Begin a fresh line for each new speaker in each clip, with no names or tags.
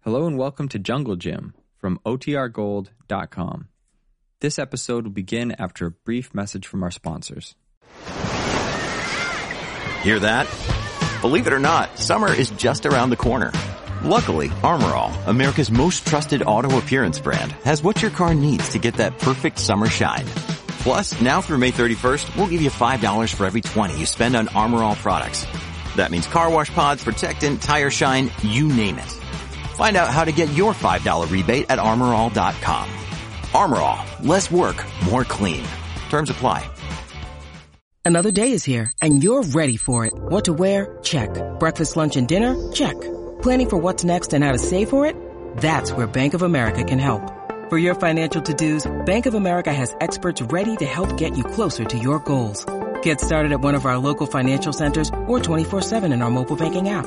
Hello and welcome to Jungle Gym from OTRGold.com. This episode will begin after a brief message from our sponsors.
Hear that? Believe it or not, summer is just around the corner. Luckily, Armorall, America's most trusted auto appearance brand, has what your car needs to get that perfect summer shine. Plus, now through May 31st, we'll give you $5 for every 20 you spend on Armorall products. That means car wash pods, protectant, tire shine, you name it. Find out how to get your $5 rebate at armorall.com. Armorall, less work, more clean. Terms apply.
Another day is here and you're ready for it. What to wear? Check. Breakfast, lunch, and dinner? Check. Planning for what's next and how to save for it? That's where Bank of America can help. For your financial to-dos, Bank of America has experts ready to help get you closer to your goals. Get started at one of our local financial centers or 24-7 in our mobile banking app.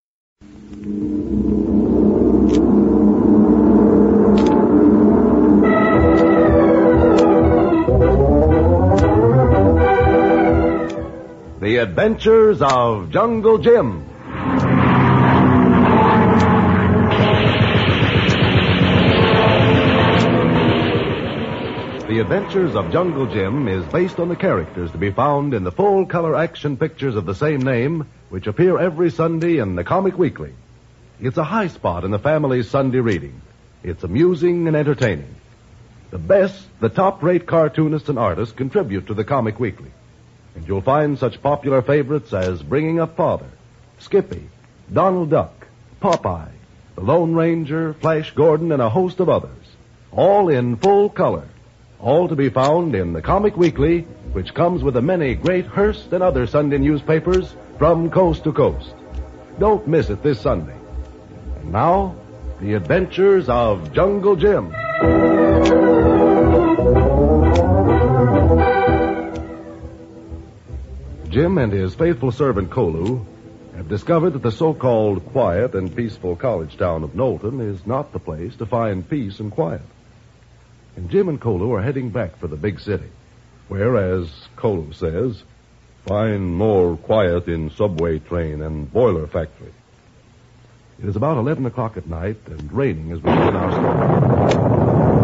The Adventures of Jungle Jim. The Adventures of Jungle Jim is based on the characters to be found in the full color action pictures of the same name, which appear every Sunday in the Comic Weekly. It's a high spot in the family's Sunday reading. It's amusing and entertaining. The best, the top rate cartoonists and artists contribute to the Comic Weekly. And you'll find such popular favorites as Bringing Up Father, Skippy, Donald Duck, Popeye, The Lone Ranger, Flash Gordon, and a host of others. All in full color. All to be found in the Comic Weekly, which comes with the many great Hearst and other Sunday newspapers from coast to coast. Don't miss it this Sunday. And now, The Adventures of Jungle Jim. Jim and his faithful servant Kolu have discovered that the so-called quiet and peaceful college town of Knowlton is not the place to find peace and quiet. And Jim and Kolu are heading back for the big city, where, as Kolu says, find more quiet in subway train and boiler factory. It is about 11 o'clock at night, and raining is within our store.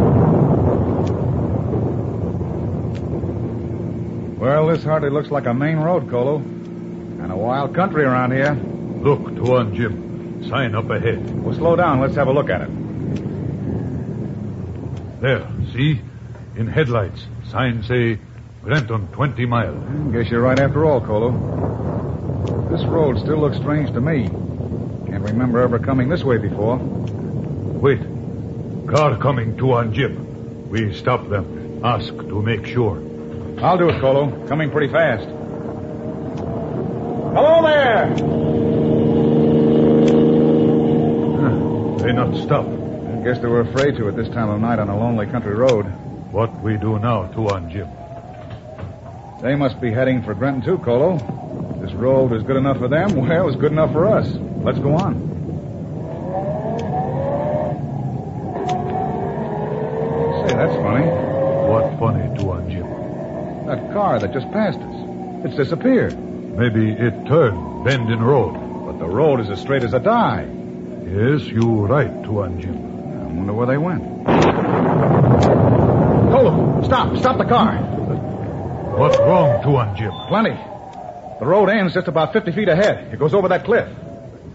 Well, this hardly looks like a main road, Colo. And a wild country around here.
Look, to one, Jim. Sign up ahead.
Well, slow down. Let's have a look at it.
There, see? In headlights. Sign say, Granton 20 mile.
Guess you're right after all, Colo. This road still looks strange to me. Can't remember ever coming this way before.
Wait. Car coming to one, Jim. We stop them. Ask to make sure.
I'll do it, Colo. Coming pretty fast. Hello there!
They not stop.
I guess they were afraid to at this time of night on a lonely country road.
What we do now, to one, Jim?
They must be heading for Grenton too, Colo. If This road is good enough for them. Well, it's good enough for us. Let's go on. Say, that's funny.
What funny, to one, Jim.
That car that just passed us. It's disappeared.
Maybe it turn, bend in road.
But the road is as straight as a die.
Yes, you right, to one, Jim.
I wonder where they went. Colo, stop. Stop the car.
What wrong, to one, Jim?
Plenty. The road ends just about 50 feet ahead. It goes over that cliff.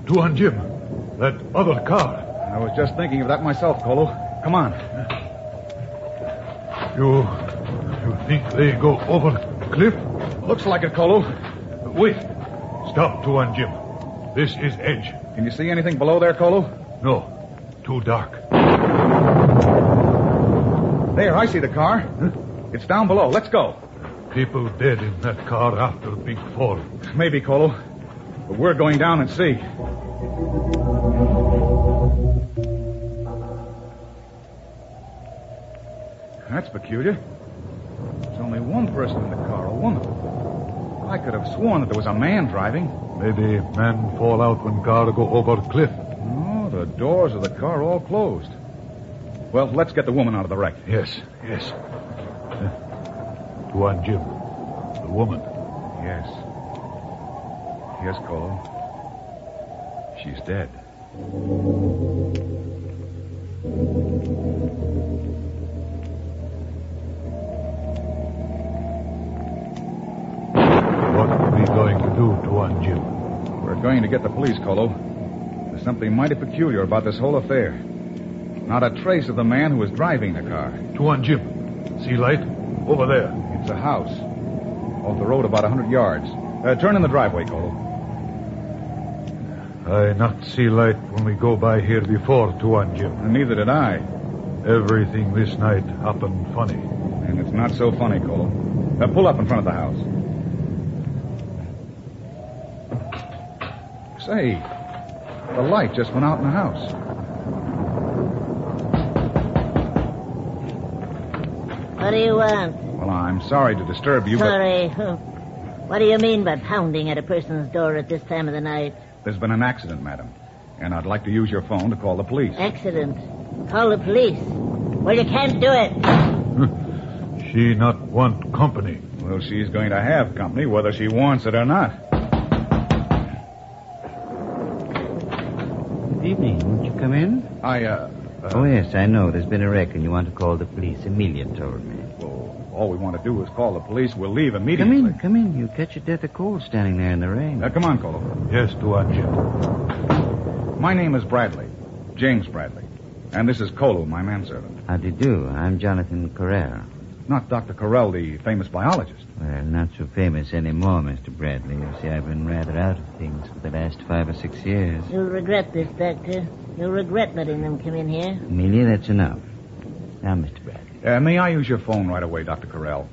To one, Jim. That other car.
I was just thinking of that myself, Colo. Come on.
You, you think they go over cliff?
Looks like it, Colo.
Wait. Stop, to one, Jim. This is edge.
Can you see anything below there, Colo?
No, too dark.
There, I see the car. It's down below. Let's go.
People dead in that car after big fall.
Maybe, Colo. But we're going down and see. That's peculiar. There's only one person in the car, a woman. I could have sworn that there was a man driving.
Maybe man fall out when car go over cliff.
Oh, the doors of the car all closed. Well, let's get the woman out of the wreck.
Yes, yes. Tuan Jim, the woman.
Yes. Yes, Cole. She's dead.
What we going to do, Tuan Jim?
We're going to get the police, Colo. There's something mighty peculiar about this whole affair. Not a trace of the man who was driving the car.
Tuan Jim, see light? Over there.
It's a house. Off the road about a 100 yards. Uh, turn in the driveway, Colo.
I not see light when we go by here before, Tuan Jim.
Uh, Neither did I.
Everything this night happen funny.
And it's not so funny, Colo. Uh, pull up in front of the house. Say, the light just went out in the house.
What do you want?
Well, I'm sorry to disturb you, but
Sorry. What do you mean by pounding at a person's door at this time of the night?
there's been an accident, madam. And I'd like to use your phone to call the police.
Accident. Call the police. Well, you can't do it.
She not want company.
Well, she's going to have company, whether she wants it or not.
Good evening. Won't you come in?
I, uh,
oh, yes, I know. There's been a wreck and you want to call the police. Amelia told me.
well, all we want to do is call the police. We'll leave
Come
immediately.
in, come in. You'll catch your death of cold standing there in the rain.
Uh, come on, Colo.
Yes, Tuan Jim.
My name is Bradley, James Bradley. And this is Colo, my manservant.
How do you do? I'm Jonathan Carrera.
Not Dr. Corell, the famous biologist.
Well, not so famous anymore, Mr. Bradley. You see, I've been rather out of things for the last five or six years.
You'll regret this, Doctor. You'll regret letting them come in here.
Amelia, that's enough. Now, Mr. Bradley,
Uh, may I use your phone right away, Dr. Corell?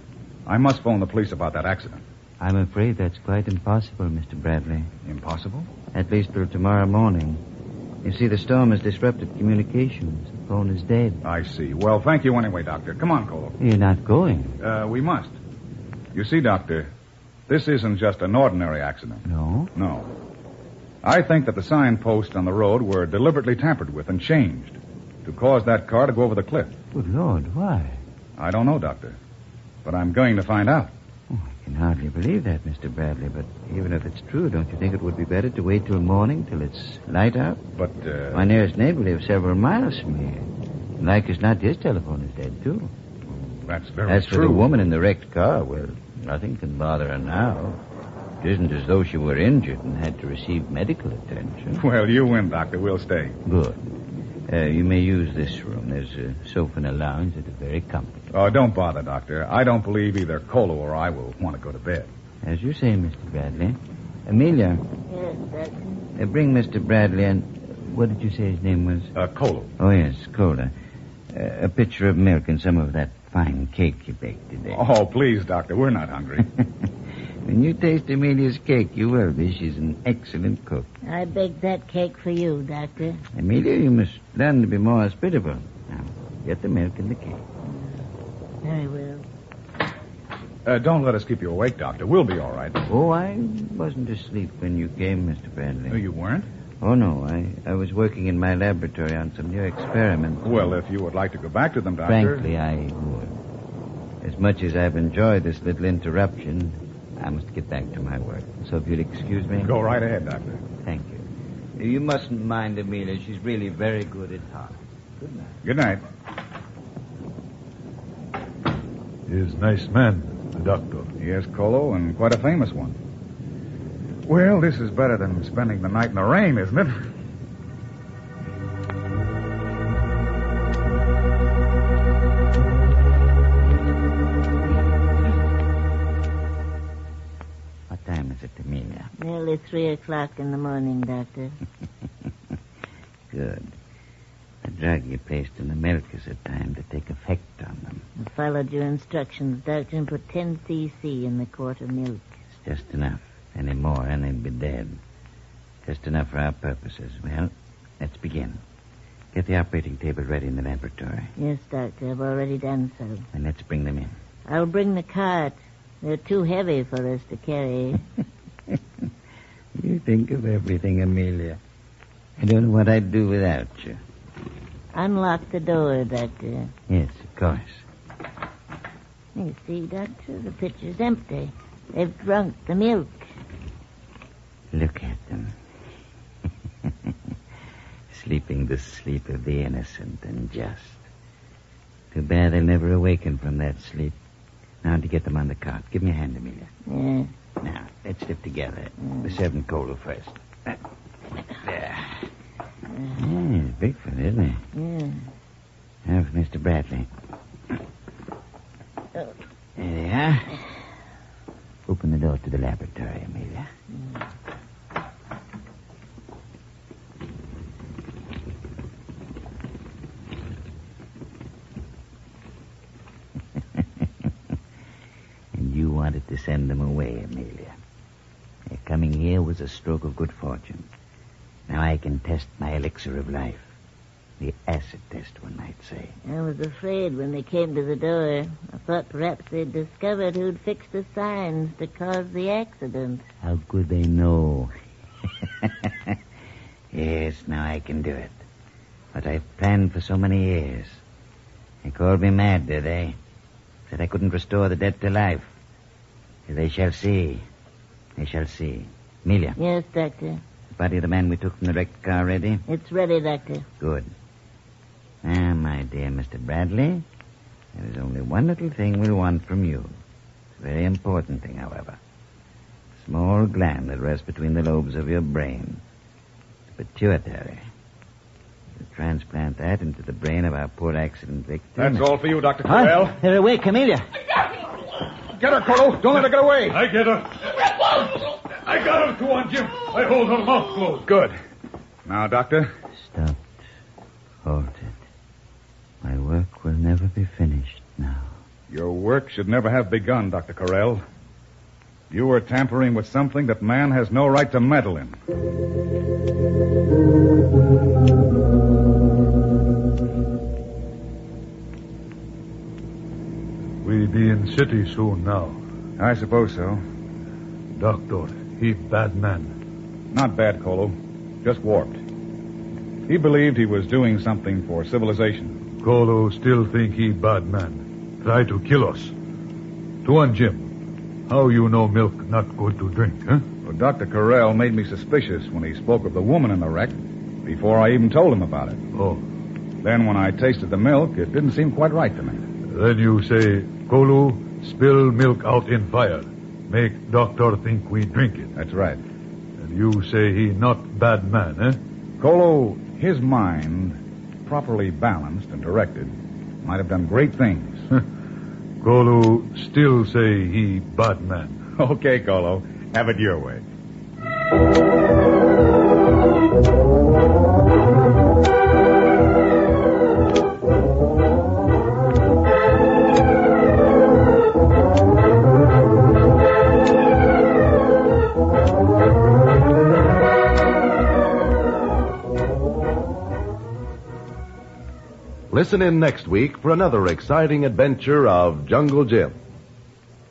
I must phone the police about that accident.
I'm afraid that's quite impossible, Mr. Bradley.
Impossible?
At least till tomorrow morning. You see, the storm has disrupted communications. The phone is dead.
I see. Well, thank you anyway, Doctor. Come on, Colo.
You're not going.
Uh, we must. You see, Doctor, this isn't just an ordinary accident.
No?
No. I think that the signposts on the road were deliberately tampered with and changed to cause that car to go over the cliff.
Good Lord, why?
I don't know, Doctor. But I'm going to find out.
Oh, I can hardly believe that, Mr. Bradley, but even if it's true, don't you think it would be better to wait till morning, till it's light out?
But, uh,
My nearest neighbor lives several miles from here. And Like as not, his telephone is dead, too.
that's very
As
Oh, true.
for the woman in the wrecked car, well, nothing can bother her now. It isn't as though she were injured and had to receive medical attention.
Well, you win, Doctor. We'll stay.
Good. Uh, you may use this room. There's a sofa and a lounge that are very comfortable.
Oh, don't bother, Doctor. I don't believe either Colo or I will want to go to bed.
As you say, Mr. Bradley. Amelia,
Yes, Doctor.
uh, bring Mr. Bradley and... What did you say his name was?
Uh, Colo.
Oh, yes, cola. Uh, a pitcher of milk and some of that fine cake you baked today.
Oh, please, Doctor. We're not hungry.
When you taste Amelia's cake, you will be. She's an excellent cook.
I baked that cake for you, Doctor.
Amelia, you must learn to be more hospitable. Now, get the milk and the cake.
Very well.
uh, don't let us keep you awake, Doctor. We'll be all right.
Oh, I wasn't asleep when you came, Mr. Bradley.
No, you weren't?
Oh, no. I, I was working in my laboratory on some new experiments.
Well, if you would like to go back to them, Doctor.
Frankly, I would. As much as I've enjoyed this little interruption, I must get back to my work. So if you'll excuse me.
Go right ahead, Doctor.
Thank you. You mustn't mind Amelia. She's really very good at heart. Good night.
Good night.
He's nice man, the doctor.
Yes, Colo, and quite a famous one. Well, this is better than spending the night in the rain, isn't it?
What time is it, Amelia?
Nearly three o'clock in the morning, Doctor.
Good. That drug you placed in the milkers at time to take effect on them.
I followed your instructions, Doctor, and put 10 cc in the quart of milk.
It's just enough. Any more, and they'd be dead. Just enough for our purposes. Well, let's begin. Get the operating table ready in the laboratory,
Yes, Doctor, I've already done so.
and let's bring them in.
I'll bring the cart. They're too heavy for us to carry.
You think of everything, Amelia. I don't know what I'd do without you.
Unlock the door, Doctor.
Yes, of course.
You see, Doctor, the pitcher's empty. They've drunk the milk.
Look at them. Sleeping the sleep of the innocent and just. Too bad they'll never awaken from that sleep. Now to get them on the cart. Give me a hand, Amelia.
Yeah.
Now, let's lift together. The seven Colo first. Uh, There. Yeah, he's big for it, isn't he?
Yeah.
Now for Mr. Bradley. There they are. Open the door to the laboratory, Amelia. and you wanted to send them away, Amelia. Their coming here was a stroke of good fortune. Now I can test my elixir of life. The acid test, one might say.
I was afraid when they came to the door. I thought perhaps they'd discovered who'd fixed the signs to cause the accident.
How could they know? yes, now I can do it. What I've planned for so many years. They called me mad, did they? Said I couldn't restore the dead to life. They shall see. They shall see. Amelia,
Yes, Doctor.
the body of the man we took from the wrecked car ready?
It's ready, Doctor.
Good. Now, my dear Mr. Bradley, there is only one little thing we want from you. It's a very important thing, however. A small gland that rests between the lobes of your brain. The pituitary. You transplant that into the brain of our poor accident victim.
That's all for you, Dr. Cordell.
They're awake, Amelia.
Get her, Colo. Don't let her get away.
I get her. I got her, Tuan Jim. I hold her mouth closed.
Good. Now, Doctor,
Stopped. Halted. My work will never be finished now.
your work should never have begun, Dr. Correll. You were tampering with something that man has no right to meddle in.
We be in city soon now.
I suppose so.
Doctor, he bad man.
Not bad, Colo. Just warped. He believed he was doing something for civilization.
Colo still think he bad man. Try to kill us. Tuan Jim, how you know milk not good to drink, huh?
But Dr. Correll made me suspicious when he spoke of the woman in the wreck before I even told him about it.
Oh,
Then when I tasted the milk, it didn't seem quite right to me.
then you say,
Eh,
Kolu, spill milk out in fire. Make doctor think we drink it.
That's right.
And you say he not bad man, eh?
Colo, his mind, properly balanced and directed, might have done great things.
Kolu still say he bad man.
okay, Colo. Have it your way.
Listen in next week for another exciting adventure of Jungle Jim.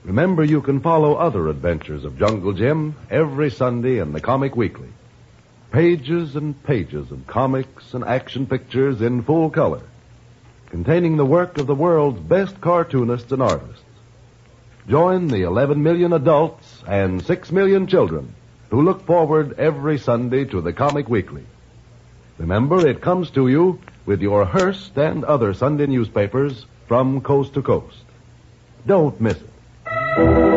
Remember, you can follow other adventures of Jungle Jim every Sunday in the Comic Weekly. Pages and pages of comics and action pictures in full color, containing the work of the world's best cartoonists and artists. Join the 11 million adults and 6 million children who look forward every Sunday to the Comic Weekly. Remember, it comes to you with your Hearst and other Sunday newspapers from coast to coast. Don't miss it.